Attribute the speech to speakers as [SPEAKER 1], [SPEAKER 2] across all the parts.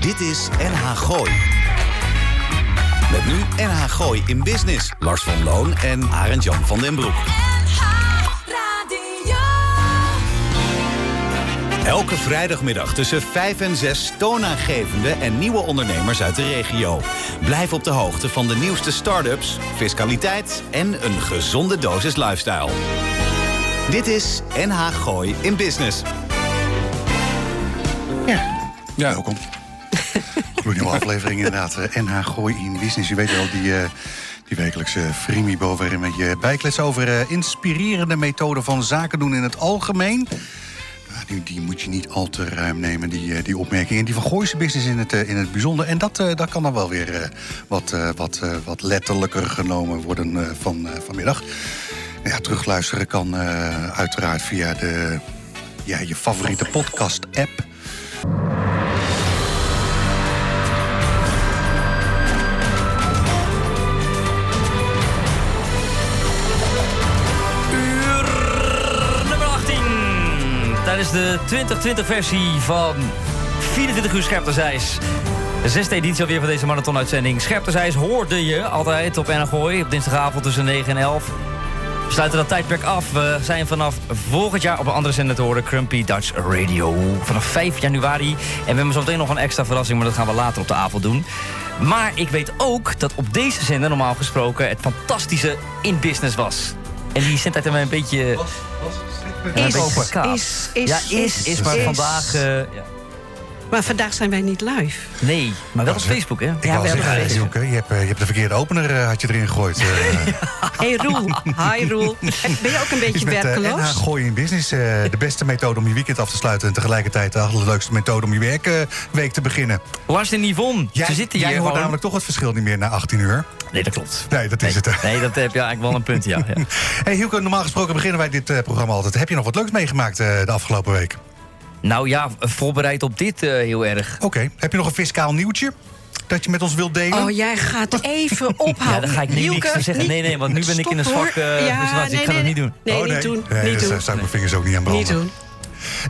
[SPEAKER 1] Dit is NH Gooi. Met nu NH Gooi in Business. Lars van Loon en Arend Jan van den Broek.
[SPEAKER 2] Radio.
[SPEAKER 1] Elke vrijdagmiddag tussen 5 en 6 toonaangevende en nieuwe ondernemers uit de regio. Blijf op de hoogte van de nieuwste start-ups, fiscaliteit en een gezonde dosis lifestyle. Dit is NH Gooi in Business.
[SPEAKER 3] Ja.
[SPEAKER 4] Welkom. Gloednieuwe aflevering inderdaad. Eh, NH Gooi in Business. U weet wel, die, eh, die wekelijkse frimibo waarin we je bijkletsen over eh, inspirerende methoden van zaken doen in het algemeen. Nou, Die, die moet je niet al te ruim nemen, die, eh, die opmerkingen. Die van Gooise business in het, eh, in het bijzonder. En dat, eh, dat kan dan wel weer eh, wat, eh, wat, eh, wat letterlijker genomen worden eh, van, eh, vanmiddag. Nou Ja, terugluisteren kan eh, uiteraard via de, ja, je favoriete podcast-app.
[SPEAKER 5] nummer 18. Tijdens de 2020-versie van 24 uur Scherp Zeis. De zesde editie alweer van deze marathon-uitzending. Scherp ter Zeis hoorde je altijd op NGOI op dinsdagavond tussen 9 en 11. We sluiten dat tijdperk af. We zijn vanaf volgend jaar op een andere zender te horen. Crumpy Dutch Radio. Vanaf 5 januari. En we hebben zo meteen nog een extra verrassing, maar dat gaan we later op de avond doen. Maar ik weet ook dat op deze zender normaal gesproken het fantastische in business was. En die zendtijd hebben we een beetje...
[SPEAKER 6] Is,
[SPEAKER 5] een beetje kaap.
[SPEAKER 6] is, is,
[SPEAKER 5] ja, is, is, maar
[SPEAKER 6] is.
[SPEAKER 5] vandaag... eh, ja.
[SPEAKER 6] Maar vandaag zijn wij niet live.
[SPEAKER 5] Nee, maar wel op Facebook, hè?
[SPEAKER 4] Ik
[SPEAKER 6] Ja,
[SPEAKER 4] ja,
[SPEAKER 6] we
[SPEAKER 4] zeggen,
[SPEAKER 6] hebben
[SPEAKER 4] hey, Joeke, je, hebt, eh, je hebt de verkeerde opener eh, had je erin gegooid. eh.
[SPEAKER 6] Hey Roel, hi Roel. Ben je ook een
[SPEAKER 4] Iets
[SPEAKER 6] beetje
[SPEAKER 4] met eh, NH
[SPEAKER 6] werkeloos?
[SPEAKER 4] Gooi in Business. eh, de beste methode om je weekend af te sluiten... en tegelijkertijd de allerleukste methode om je werkweek te beginnen.
[SPEAKER 5] Lars en Yvonne,
[SPEAKER 4] Jij,
[SPEAKER 5] ze zitten
[SPEAKER 4] jij
[SPEAKER 5] hier
[SPEAKER 4] hoort
[SPEAKER 5] gewoon.
[SPEAKER 4] namelijk toch het verschil niet meer na 18 uur.
[SPEAKER 5] Nee, dat klopt.
[SPEAKER 4] Nee, dat is het. hè.
[SPEAKER 5] Nee, dat heb je eigenlijk wel een punt, ja. ja.
[SPEAKER 4] Hey Hugo, normaal gesproken beginnen wij dit eh, programma altijd. Heb je nog wat leuks meegemaakt eh, de afgelopen week?
[SPEAKER 5] Nou ja, voorbereid op dit eh, heel erg.
[SPEAKER 4] Oké, heb je nog een fiscaal nieuwtje dat je met ons wilt delen?
[SPEAKER 6] Oh, jij gaat even ophouden.
[SPEAKER 5] eh, Ja, dan ga ik nu niks
[SPEAKER 6] Hielke,
[SPEAKER 5] te zeggen.
[SPEAKER 6] niet-
[SPEAKER 5] Nee, nee, want nu ben ik
[SPEAKER 6] Stop,
[SPEAKER 5] in een zwak,
[SPEAKER 6] hoor.
[SPEAKER 5] eh, situatie. Ik ga dat niet doen.
[SPEAKER 6] Nee,
[SPEAKER 4] Oh,
[SPEAKER 6] niet doen.
[SPEAKER 4] Nee,
[SPEAKER 6] niet
[SPEAKER 4] daar
[SPEAKER 6] doen.
[SPEAKER 4] zou ik mijn vingers ook niet aan branden.
[SPEAKER 6] Niet doen.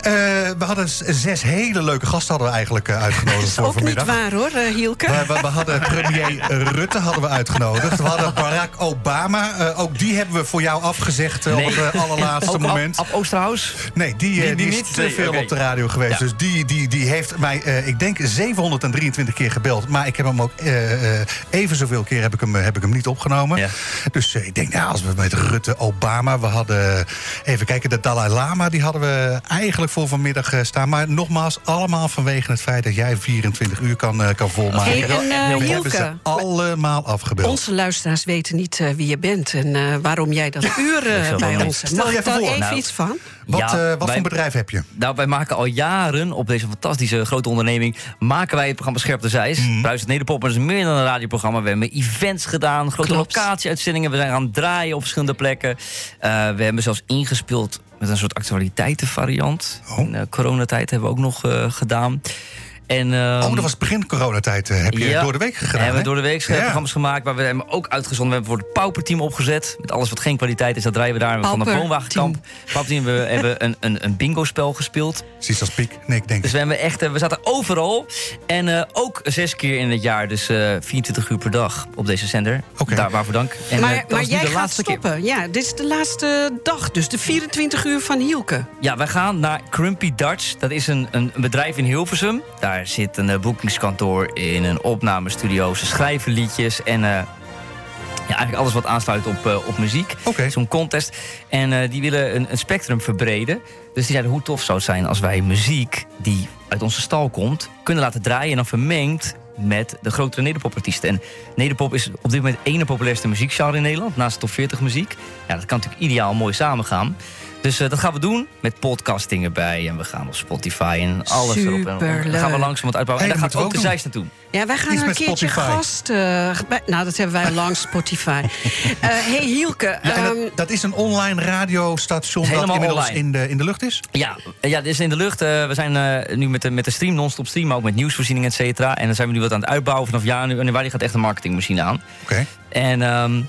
[SPEAKER 4] Eh, we hadden z- zes hele leuke gasten hadden we eigenlijk eh, uitgenodigd voor
[SPEAKER 6] Ook niet
[SPEAKER 4] vanmiddag.
[SPEAKER 6] waar hoor, eh, Hielke.
[SPEAKER 4] We, we- we hadden premier Rutte hadden we uitgenodigd. We hadden Barack Obama. eh, ook die hebben we voor jou afgezegd eh,
[SPEAKER 5] Nee.
[SPEAKER 4] op het eh, allerlaatste
[SPEAKER 5] Ook
[SPEAKER 4] moment.
[SPEAKER 5] Ab, Ab Oosterhuis?
[SPEAKER 4] nee, die, eh, die,
[SPEAKER 5] die- die
[SPEAKER 4] is
[SPEAKER 5] niet?
[SPEAKER 4] te
[SPEAKER 5] Nee,
[SPEAKER 4] veel
[SPEAKER 5] oké.
[SPEAKER 4] op de radio geweest.
[SPEAKER 5] Ja.
[SPEAKER 4] Dus die, die, die heeft mij, eh, ik denk, 723 keer gebeld. Maar ik heb hem ook eh, eh, even zoveel keer heb ik hem, eh, heb ik hem niet opgenomen.
[SPEAKER 5] Ja.
[SPEAKER 4] Dus eh, ik denk, nou, als we met Rutte, Obama... We hadden, even kijken, de Dalai Lama... die hadden we eigenlijk voor vanmiddag eh, staan. Maar nogmaals, allemaal vanwege het feit dat jij 24 uur kan, eh, kan volmaken.
[SPEAKER 6] Hey,
[SPEAKER 5] wel
[SPEAKER 6] en
[SPEAKER 5] echt heel
[SPEAKER 6] eh
[SPEAKER 5] mooi.
[SPEAKER 4] We hebben
[SPEAKER 6] Hielke.
[SPEAKER 4] ze allemaal afgebeeld.
[SPEAKER 6] Onze luisteraars weten niet eh, wie je bent en eh, waarom jij dat uur eh,
[SPEAKER 5] zal
[SPEAKER 6] bij
[SPEAKER 5] wel
[SPEAKER 6] ons
[SPEAKER 5] niet.
[SPEAKER 6] hebt.
[SPEAKER 4] Stel
[SPEAKER 6] Mag
[SPEAKER 4] je
[SPEAKER 6] ik
[SPEAKER 4] even
[SPEAKER 6] daar
[SPEAKER 4] voor.
[SPEAKER 6] even
[SPEAKER 5] Nou.
[SPEAKER 6] iets van?
[SPEAKER 4] Wat,
[SPEAKER 5] Ja,
[SPEAKER 4] eh, wat
[SPEAKER 5] wij-
[SPEAKER 4] voor bedrijf heb je?
[SPEAKER 5] Nou, wij maken al jaren op deze fantastische grote onderneming... maken wij het programma Scherp de Zeis.
[SPEAKER 4] Mhm.
[SPEAKER 5] Bruisend Nederpop maar het is meer dan een radioprogramma. We hebben events gedaan, grote
[SPEAKER 6] Klopt.
[SPEAKER 5] locatieuitzendingen. We zijn gaan draaien op verschillende plekken. Eh, we hebben zelfs ingespeeld met een soort actualiteitenvariant.
[SPEAKER 4] Oh.
[SPEAKER 5] In eh, coronatijd hebben we ook nog eh, gedaan. En, ehm,
[SPEAKER 4] oh, dat was begin coronatijd. eh, heb je
[SPEAKER 5] ja.
[SPEAKER 4] door de week gedaan?
[SPEAKER 5] We hebben
[SPEAKER 4] hè?
[SPEAKER 5] door de week
[SPEAKER 4] Ja.
[SPEAKER 5] programma's gemaakt, maar we hebben ook uitgezonden. We hebben voor het Pauperteam opgezet. Met alles wat geen kwaliteit is, dat draaien we daar van de
[SPEAKER 6] Pauperteam.
[SPEAKER 5] woonwagenkamp. Pauperteam, we hebben een, een, een bingo-spel gespeeld.
[SPEAKER 4] Precies als Piek. Nee, ik denk.
[SPEAKER 5] Dus we, hebben echt, eh, we zaten overal. En eh, ook zes keer in het jaar, dus eh, 24 uur per dag op deze zender.
[SPEAKER 4] Oké.
[SPEAKER 5] Daar waarvoor dank. En, eh,
[SPEAKER 6] maar
[SPEAKER 5] dat
[SPEAKER 6] maar
[SPEAKER 5] was nu
[SPEAKER 6] jij
[SPEAKER 5] de
[SPEAKER 6] gaat
[SPEAKER 5] laatste keer.
[SPEAKER 6] stoppen. Ja, dit is de laatste dag dus. De 24 uur van Hielke.
[SPEAKER 5] Ja, wij gaan naar Crumpy Dutch. Dat is een, een, een bedrijf in Hilversum. Daar zit een eh, boekingskantoor in, een opnamestudio. Ze schrijven liedjes en eh, ja, eigenlijk alles wat aansluit op, eh, op muziek.
[SPEAKER 4] Oké.
[SPEAKER 5] Zo'n contest. En eh, die willen een, een spectrum verbreden. Dus die zeiden, hoe tof zou het zijn als wij muziek die uit onze stal komt... kunnen laten draaien en dan vermengd met de grotere nederpopartiesten. En nederpop is op dit moment ene populairste muziekgenre in Nederland... naast de top 40 muziek. Ja, dat kan natuurlijk ideaal mooi samengaan. Dus eh, dat gaan we doen met podcasting erbij. En we gaan op Spotify en alles erop. En
[SPEAKER 6] Superleuk.
[SPEAKER 5] dan gaan we langzaam wat uitbouwen.
[SPEAKER 4] Hey,
[SPEAKER 5] en daar
[SPEAKER 4] dat
[SPEAKER 5] gaat ook de
[SPEAKER 4] moeten we
[SPEAKER 5] zijs naartoe.
[SPEAKER 6] Ja, wij gaan
[SPEAKER 4] Iets
[SPEAKER 6] een
[SPEAKER 4] met
[SPEAKER 6] keertje
[SPEAKER 4] Spotify.
[SPEAKER 6] gast. eh, bij- nou, dat hebben wij langs Spotify. Eh hey Hielke,
[SPEAKER 4] Ja, en
[SPEAKER 6] ehm,
[SPEAKER 4] dat, dat is een online radiostation dat
[SPEAKER 5] Helemaal
[SPEAKER 4] inmiddels
[SPEAKER 5] online.
[SPEAKER 4] in de, in de lucht is.
[SPEAKER 5] Ja, eh, ja, dit is in de lucht. Eh, we zijn eh, nu met de, met de stream, non-stop stream, maar ook met nieuwsvoorziening, et cetera. En dan zijn we nu wat aan het uitbouwen. Vanaf januari gaat echt een marketingmachine aan.
[SPEAKER 4] Oké.
[SPEAKER 5] En ehm,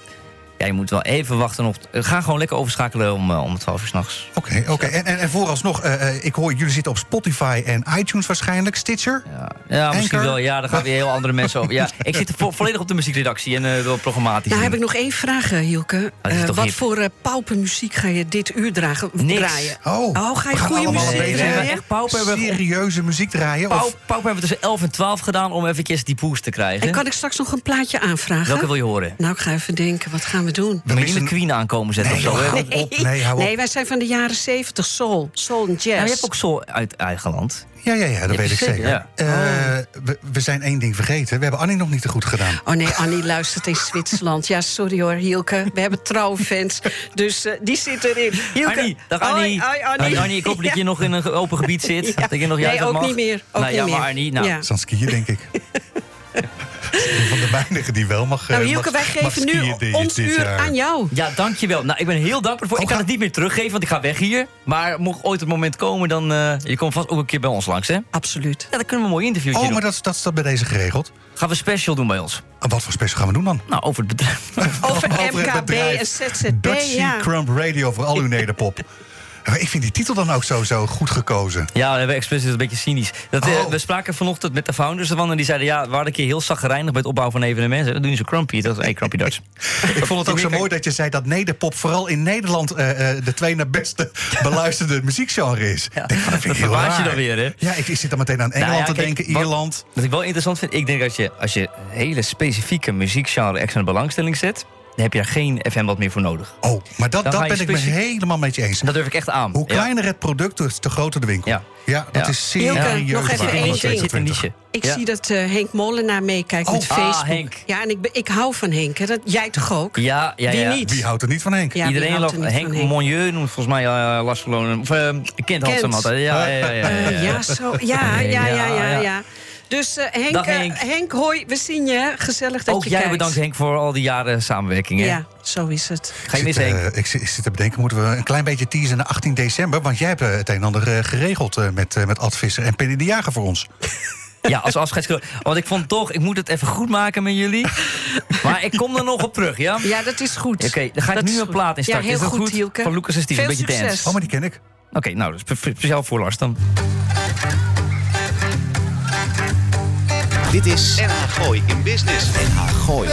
[SPEAKER 5] Ja, je moet wel even wachten op... eh, Ga gewoon lekker overschakelen om, eh, om 12 uur s'nachts.
[SPEAKER 4] Oké, oké. En, en, en vooralsnog, eh, eh, ik hoor jullie zitten op Spotify en iTunes waarschijnlijk, Stitcher.
[SPEAKER 5] Ja, ja misschien
[SPEAKER 4] Anchor?
[SPEAKER 5] wel. Ja, daar gaan weer heel andere mensen over. Ja, ik zit vo- volledig op de muziekredactie en eh, wel programmatisch.
[SPEAKER 6] Nou
[SPEAKER 5] doen.
[SPEAKER 6] heb ik nog één vraag, eh, Hielke.
[SPEAKER 4] Oh,
[SPEAKER 5] dat is
[SPEAKER 6] Eh,
[SPEAKER 5] toch
[SPEAKER 6] wat
[SPEAKER 5] hip?
[SPEAKER 6] voor eh, paupermuziek ga je dit uur dragen,
[SPEAKER 5] Niks.
[SPEAKER 6] draaien?
[SPEAKER 4] Oh,
[SPEAKER 6] ga je
[SPEAKER 4] we gaan
[SPEAKER 6] goede
[SPEAKER 4] allemaal
[SPEAKER 6] muziek
[SPEAKER 4] een beetje-
[SPEAKER 5] Nee, we hebben
[SPEAKER 6] draaien?
[SPEAKER 5] echt pauper. hebben we-
[SPEAKER 4] Serieuze muziek draaien?
[SPEAKER 5] Pauw-
[SPEAKER 4] Of,
[SPEAKER 5] Pauw hebben we tussen 11 en 12 gedaan om eventjes die boost te krijgen.
[SPEAKER 6] En kan ik straks nog een plaatje aanvragen?
[SPEAKER 5] Welke wil je horen?
[SPEAKER 6] Nou, ik ga even denken, wat gaan we doen?
[SPEAKER 5] Dan moet je
[SPEAKER 4] is
[SPEAKER 5] niet met
[SPEAKER 4] een-
[SPEAKER 5] Queen aankomen zetten
[SPEAKER 4] nee,
[SPEAKER 5] of zo.
[SPEAKER 4] joh,
[SPEAKER 5] hè?
[SPEAKER 4] hou op. Nee, hou op.
[SPEAKER 6] wij zijn van de jaren 70, soul, soul en jazz.
[SPEAKER 5] Ja, maar Nou, je hebt ook soul uit eigen land.
[SPEAKER 4] ja, ja, ja, dat weet ik
[SPEAKER 5] zeker,
[SPEAKER 4] zeker.
[SPEAKER 5] ja.
[SPEAKER 4] Eh, we, we zijn één ding vergeten. We hebben Annie nog niet te goed gedaan.
[SPEAKER 6] Oh nee, Annie luistert in Zwitserland. Ja, sorry hoor, Hielke. We hebben trouwe fans, dus eh, die zit erin. Hielke,
[SPEAKER 5] Annie, dag
[SPEAKER 6] hoi,
[SPEAKER 5] Annie.
[SPEAKER 6] hoi, Annie.
[SPEAKER 5] Hoi, Annie, ik hoop dat je nog in een open gebied zit.
[SPEAKER 6] Ja.
[SPEAKER 5] Dat je nog
[SPEAKER 6] Nee,
[SPEAKER 5] juist
[SPEAKER 6] ook
[SPEAKER 5] mag.
[SPEAKER 6] niet meer, ook
[SPEAKER 5] nou,
[SPEAKER 6] niet
[SPEAKER 5] ja,
[SPEAKER 6] meer.
[SPEAKER 5] maar Arnie, nou,
[SPEAKER 6] Ja.
[SPEAKER 4] Dus aan skiën, denk ik. Een van de weinigen die wel mag. eh,
[SPEAKER 6] Nou, Hielke,
[SPEAKER 4] mag-
[SPEAKER 6] wij
[SPEAKER 4] mag
[SPEAKER 6] geven
[SPEAKER 4] skiën
[SPEAKER 6] nu
[SPEAKER 4] dit-
[SPEAKER 6] ons
[SPEAKER 4] dit
[SPEAKER 6] uur
[SPEAKER 5] eh,
[SPEAKER 4] jaar.
[SPEAKER 6] aan jou.
[SPEAKER 5] Ja, dankjewel. Nou, ik ben heel dankbaar voor.
[SPEAKER 4] Oh,
[SPEAKER 5] ik kan
[SPEAKER 4] ga-
[SPEAKER 5] het niet meer teruggeven, want ik ga weg hier. Maar mocht ooit het moment komen, dan... eh, je komt vast ook een keer bij ons langs, hè? Ja,
[SPEAKER 6] Absoluut.
[SPEAKER 5] dan kunnen we een mooi interviewtje
[SPEAKER 4] Oh,
[SPEAKER 5] doen.
[SPEAKER 4] maar dat, dat staat bij deze geregeld.
[SPEAKER 5] Gaan we een special doen bij ons.
[SPEAKER 4] En Wat voor special gaan we doen dan?
[SPEAKER 5] Nou, over het bedrijf.
[SPEAKER 6] Over
[SPEAKER 4] Over het
[SPEAKER 6] MKB
[SPEAKER 4] bedrijf.
[SPEAKER 6] en ZZB,
[SPEAKER 4] Dutchy
[SPEAKER 6] ja.
[SPEAKER 4] Crumb Radio voor al uw nederpop. Maar Ik vind die titel dan ook zo, zo goed gekozen.
[SPEAKER 5] Ja, we hebben expres is een beetje cynisch. Dat, eh,
[SPEAKER 4] Oh.
[SPEAKER 5] we spraken vanochtend met de founders ervan en die zeiden... ja, we waren een keer heel zagrijnig bij het opbouwen van evenementen. Dat doen ze crumpy. Dat is hey, crumpy Dutch.
[SPEAKER 4] Ik vond het ook zo mooi dat je zei dat nederpop vooral in Nederland eh, eh, de twee na beste beluisterde muziekgenre is. Ik denk, van, dat vind ik heel
[SPEAKER 5] verbaas je
[SPEAKER 4] raar.
[SPEAKER 5] dan weer, hè?
[SPEAKER 4] Ja, ik, ik zit dan meteen aan Engeland
[SPEAKER 5] Nou ja,
[SPEAKER 4] te
[SPEAKER 5] kijk,
[SPEAKER 4] denken,
[SPEAKER 5] wat-
[SPEAKER 4] Ierland.
[SPEAKER 5] Wat ik wel interessant vind, ik denk dat je, als je hele specifieke muziekgenre extra in de belangstelling zet... dan heb je daar geen FM wat meer voor nodig.
[SPEAKER 4] Oh, maar dat,
[SPEAKER 5] Dan
[SPEAKER 4] dat
[SPEAKER 5] ga je
[SPEAKER 4] ben ik me
[SPEAKER 5] specifiek-
[SPEAKER 4] helemaal met je eens.
[SPEAKER 5] Dat durf ik echt aan.
[SPEAKER 4] Hoe
[SPEAKER 5] Ja.
[SPEAKER 4] kleiner het product, dus te groter de winkel. Ja,
[SPEAKER 5] Ja.
[SPEAKER 4] dat
[SPEAKER 5] Ja.
[SPEAKER 4] is
[SPEAKER 6] Hielke,
[SPEAKER 4] serieus.
[SPEAKER 6] nog
[SPEAKER 4] waar.
[SPEAKER 6] even
[SPEAKER 5] Zit een
[SPEAKER 6] één
[SPEAKER 5] niche,
[SPEAKER 6] ding.
[SPEAKER 5] zit een niche.
[SPEAKER 6] Ik
[SPEAKER 5] Ja.
[SPEAKER 6] zie dat eh, Henk Molenaar meekijkt
[SPEAKER 4] Oh.
[SPEAKER 6] met Facebook.
[SPEAKER 5] Ah, Henk.
[SPEAKER 6] Ja, en ik, ben- ik hou van Henk. Hè. Dat, jij toch ook?
[SPEAKER 5] Ja, ja,
[SPEAKER 6] Wie
[SPEAKER 5] ja.
[SPEAKER 6] niet?
[SPEAKER 4] Wie houdt er niet van Henk?
[SPEAKER 6] Ja, wie
[SPEAKER 5] Iedereen
[SPEAKER 6] houdt
[SPEAKER 5] loopt.
[SPEAKER 6] er niet
[SPEAKER 5] Henk
[SPEAKER 6] van Henk?
[SPEAKER 5] Monieu noemt volgens mij eh Lars Verlonen. Of eh, Kent had hem altijd. Ja, ja, ja. ja, ja,
[SPEAKER 6] Eh, ja, zo, ja,
[SPEAKER 5] Nee,
[SPEAKER 6] ja, ja,
[SPEAKER 5] ja,
[SPEAKER 6] ja,
[SPEAKER 5] ja.
[SPEAKER 6] ja. Dus eh, Henk,
[SPEAKER 5] Dag,
[SPEAKER 6] eh,
[SPEAKER 5] Henk.
[SPEAKER 6] Henk, hoi, we zien je. hè. Gezellig dat
[SPEAKER 5] Ook
[SPEAKER 6] je
[SPEAKER 5] jij
[SPEAKER 6] kijkt.
[SPEAKER 5] bedankt Henk voor al die jaren samenwerking. Hè?
[SPEAKER 6] Ja, zo is het.
[SPEAKER 5] Ga je
[SPEAKER 4] Ik
[SPEAKER 5] mis
[SPEAKER 4] zit,
[SPEAKER 5] Henk?
[SPEAKER 4] eh, ik, zit, ik zit te bedenken, moeten we een klein beetje teasen naar 18 december? Want jij hebt eh, het een en ander eh, geregeld eh, met, eh, met Ad Visser en Penny de Jager voor ons.
[SPEAKER 5] Ja, als afscheidscadeau. Want ik vond toch, ik moet het even goed maken met jullie. Maar ik kom er nog op terug, ja? Oké,
[SPEAKER 6] Ja, dat is goed.
[SPEAKER 5] dan ga ik
[SPEAKER 6] Dat is
[SPEAKER 5] nu een
[SPEAKER 6] goed.
[SPEAKER 5] plaat instarten.
[SPEAKER 6] Ja, heel
[SPEAKER 5] is dat
[SPEAKER 6] goed,
[SPEAKER 5] goed?
[SPEAKER 6] Hielke.
[SPEAKER 5] Van Lucas en Steve, een
[SPEAKER 6] Veel
[SPEAKER 5] beetje
[SPEAKER 6] succes.
[SPEAKER 5] dance.
[SPEAKER 4] Oh, maar die ken ik.
[SPEAKER 5] Oké, nou, dat is spe- speciaal voor Lars dan.
[SPEAKER 1] Dit is NH Gooi in Business. NH Gooi.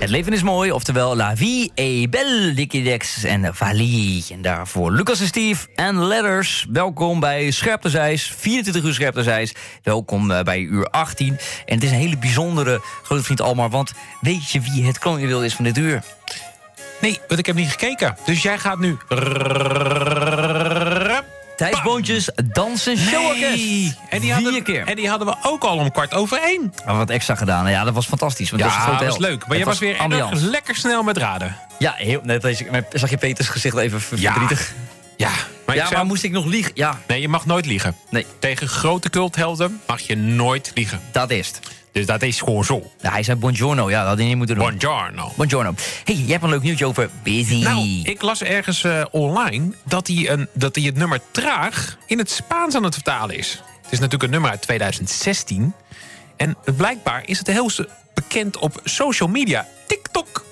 [SPEAKER 5] Het leven is mooi, oftewel La Vie est Belle, Dickie Dex en Valie. En daarvoor Lucas en Steve en Letters. Welkom bij Scherp Zijs, 24 uur Scherp Zijs. Welkom eh, bij uur 18. En het is een hele bijzondere, geloof het niet allemaal, want weet je wie het kroonjuweel is van dit uur?
[SPEAKER 2] Nee, want ik heb niet gekeken. Dus jij gaat nu.
[SPEAKER 5] Thijs Boontjes, dansen showorkest.
[SPEAKER 2] En die,
[SPEAKER 5] Vier
[SPEAKER 2] hadden,
[SPEAKER 5] keer.
[SPEAKER 2] en die hadden we ook al om kwart over één.
[SPEAKER 5] Maar wat extra gedaan. Ja, dat was fantastisch. Want dat was een
[SPEAKER 2] Ja,
[SPEAKER 5] grote
[SPEAKER 2] dat is
[SPEAKER 5] held.
[SPEAKER 2] leuk.
[SPEAKER 5] Het
[SPEAKER 2] Maar jij was weer erg
[SPEAKER 5] ambiance.
[SPEAKER 2] lekker snel met raden.
[SPEAKER 5] Ja, heel, net als ik- maar zag je Peters gezicht even ver-
[SPEAKER 2] Ja.
[SPEAKER 5] verdrietig.
[SPEAKER 2] Ja, maar,
[SPEAKER 5] ja,
[SPEAKER 2] ik zei-
[SPEAKER 5] maar moest ik nog liegen? Ja,
[SPEAKER 2] Nee, je mag nooit liegen.
[SPEAKER 5] nee,
[SPEAKER 2] Tegen grote culthelden mag je nooit liegen.
[SPEAKER 5] dat is het.
[SPEAKER 2] Dus dat is gewoon zo.
[SPEAKER 5] Ja, hij zei buongiorno. Ja, dat had hij niet moeten doen.
[SPEAKER 2] Buongiorno.
[SPEAKER 5] Buongiorno. hey, jij hebt een leuk nieuwtje over Busy.
[SPEAKER 2] Nou, ik las ergens eh, online dat hij, een, dat hij het nummer traag in het Spaans aan het vertalen is. Het is natuurlijk een nummer uit 2016. En blijkbaar is het heel s- bekend op social media, TikTok.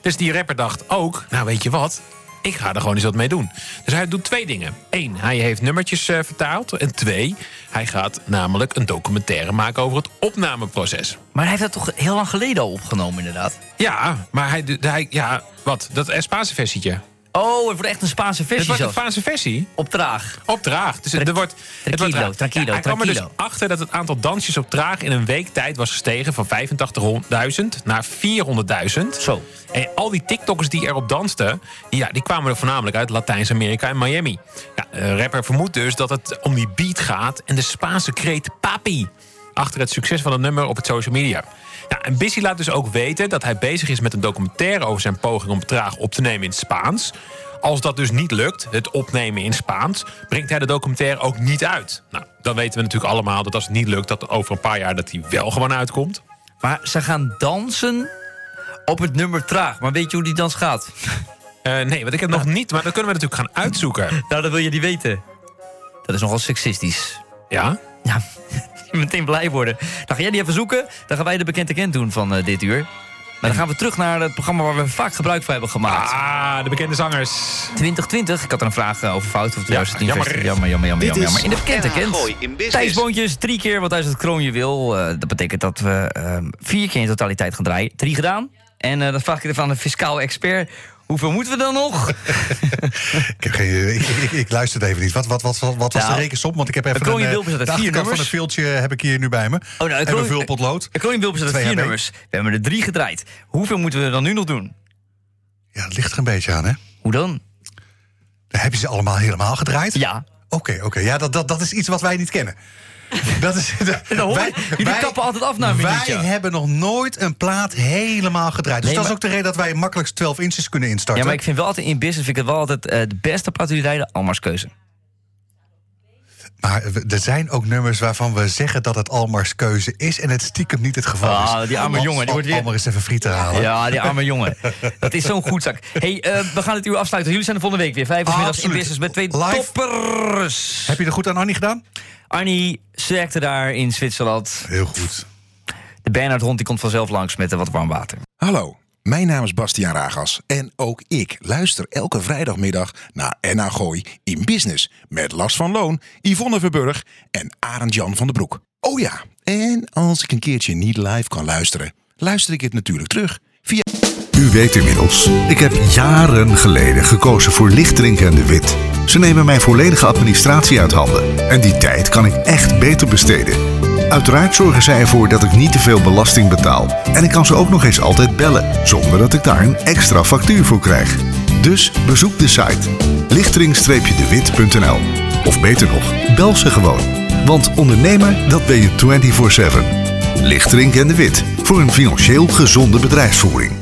[SPEAKER 2] Dus die rapper dacht ook, nou weet je wat, ik ga er gewoon eens wat mee doen. Dus hij doet twee dingen. Eén, hij heeft nummertjes eh, vertaald. En twee, hij gaat namelijk een documentaire maken over het opnameproces.
[SPEAKER 5] Maar hij heeft dat toch heel lang geleden al opgenomen, inderdaad.
[SPEAKER 2] Ja, maar hij, hij ja, wat, dat eh, Spaanse versietje.
[SPEAKER 5] Oh, het wordt echt een Spaanse
[SPEAKER 2] Het
[SPEAKER 5] versie
[SPEAKER 2] was een
[SPEAKER 5] zelfs.
[SPEAKER 2] Spaanse versie.
[SPEAKER 5] Op traag.
[SPEAKER 2] Op traag. Dus er wordt, het wordt
[SPEAKER 5] tranquilo,
[SPEAKER 2] traag.
[SPEAKER 5] tranquilo,
[SPEAKER 2] Ja, Hij kwam er dus
[SPEAKER 5] tranquilo.
[SPEAKER 2] achter dat het aantal dansjes op traag in een week tijd was gestegen van 85.000 naar 400.000.
[SPEAKER 5] Zo.
[SPEAKER 2] En al die TikTokkers die erop dansten, die, ja, die kwamen er voornamelijk uit Latijns-Amerika en Miami. Ja, de rapper vermoedt dus dat het om die beat gaat en de Spaanse kreet papi achter het succes van het nummer op het social media. Ja, en Bissy laat dus ook weten dat hij bezig is met een documentaire over zijn poging om traag op te nemen in het Spaans. Als dat dus niet lukt, het opnemen in Spaans, brengt hij de documentaire ook niet uit. Nou, dan weten we natuurlijk allemaal dat als het niet lukt, dat over een paar jaar dat hij wel gewoon uitkomt.
[SPEAKER 5] Maar ze gaan dansen op het nummer traag. Maar weet je hoe die dans gaat?
[SPEAKER 2] Eh, nee, want ik heb nog niet, maar dat kunnen we natuurlijk gaan uitzoeken.
[SPEAKER 5] Nou, dat wil je niet weten. Dat is nogal seksistisch.
[SPEAKER 2] Ja?
[SPEAKER 5] Ja, meteen blij worden. Dan ga jij die even zoeken. Dan gaan wij de bekende kent doen van eh, dit uur. Maar dan gaan we terug naar het programma waar we vaak gebruik van hebben gemaakt.
[SPEAKER 2] Ah, de bekende zangers.
[SPEAKER 5] 2020, ik had er een vraag eh, over fout of 2010.
[SPEAKER 2] jammer.
[SPEAKER 5] jammer, jammer, jammer, jammer,
[SPEAKER 1] Dit is
[SPEAKER 5] jammer. In de bekende
[SPEAKER 1] NH
[SPEAKER 5] kent.
[SPEAKER 1] Gooi in business.
[SPEAKER 5] Thijs Boontjes, drie keer wat uit het kroonje wil. Eh, dat betekent dat we eh, vier keer in totaliteit gaan draaien. Drie gedaan. En eh dat vraag ik even aan de fiscaal expert. Hoeveel moeten we dan nog? Oh,
[SPEAKER 4] Ik, heb geen, eh, ik, ik, ik luister het even niet. Wat, wat, wat, wat, wat was
[SPEAKER 5] Nou,
[SPEAKER 4] de rekensom? Want ik heb even
[SPEAKER 5] een Koningin
[SPEAKER 4] eh,
[SPEAKER 5] Wilbert had
[SPEAKER 4] de
[SPEAKER 5] vier
[SPEAKER 4] achterkant van
[SPEAKER 5] nummers.
[SPEAKER 4] het veeltje heb ik hier nu bij me.
[SPEAKER 5] Oh, nou, ik
[SPEAKER 4] en
[SPEAKER 5] wil-
[SPEAKER 4] een vulpot lood.
[SPEAKER 5] De Koning Wilbert zat
[SPEAKER 4] Twee
[SPEAKER 5] vier
[SPEAKER 4] HB.
[SPEAKER 5] nummers. We hebben er drie gedraaid. Hoeveel moeten we er dan nu nog doen?
[SPEAKER 4] Ja, dat ligt er een beetje aan, hè?
[SPEAKER 5] Hoe dan?
[SPEAKER 4] Heb je ze allemaal helemaal gedraaid?
[SPEAKER 5] Ja.
[SPEAKER 4] Oké, oké. Ja, dat, dat, dat is iets wat wij niet kennen. Dat is,
[SPEAKER 5] Dat hoor ik. Jullie kappen altijd af na een
[SPEAKER 4] Wij
[SPEAKER 5] minuutje.
[SPEAKER 4] hebben nog nooit een plaat helemaal gedraaid. Dus
[SPEAKER 5] Nee,
[SPEAKER 4] dat is
[SPEAKER 5] maar-
[SPEAKER 4] ook de reden dat wij makkelijk 12 inches kunnen
[SPEAKER 5] Ja,
[SPEAKER 4] instarten.
[SPEAKER 5] maar ik vind wel altijd in business vind ik het wel altijd eh, de beste plaat die rijden. Almars keuze.
[SPEAKER 4] Maar we- er zijn ook nummers waarvan we zeggen dat het Almars keuze is... en het stiekem niet het geval is.
[SPEAKER 5] Ah, die arme
[SPEAKER 4] Al-
[SPEAKER 5] jongen, die wordt weer-
[SPEAKER 4] Almar eens even frieten halen.
[SPEAKER 5] Ja, die arme jongen. Dat is zo'n goed zak. hey, eh, we gaan het uur afsluiten. Jullie zijn er volgende week weer. Vijf uur 's middags in
[SPEAKER 4] Absoluut.
[SPEAKER 5] business met twee
[SPEAKER 4] Live.
[SPEAKER 5] toppers.
[SPEAKER 4] Heb je er goed aan Annie gedaan?
[SPEAKER 5] Arnie sterkte daar in Zwitserland.
[SPEAKER 4] Heel goed.
[SPEAKER 5] De Bernhard Hond die komt vanzelf langs met eh, wat warm water.
[SPEAKER 3] Hallo, mijn naam is Bastiaan Ragas en ook ik luister elke vrijdagmiddag naar NH Gooi in Business met Lars van Loon, Yvonne Verburg en Arend Jan van den Broek. Oh ja, en als ik een keertje niet live kan luisteren, luister ik het natuurlijk terug via
[SPEAKER 7] U weet inmiddels, ik heb jaren geleden gekozen voor lichtdrinken en de wit. Ze nemen mijn volledige administratie uit handen en die tijd kan ik echt beter besteden. Uiteraard zorgen zij ervoor dat ik niet te veel belasting betaal. En ik kan ze ook nog eens altijd bellen, zonder dat ik daar een extra factuur voor krijg. Dus bezoek de site lichtering-dewit.nl. Of beter nog, bel ze gewoon. Want ondernemer, dat ben je 24-7. Lichtering en de Wit voor een financieel gezonde bedrijfsvoering.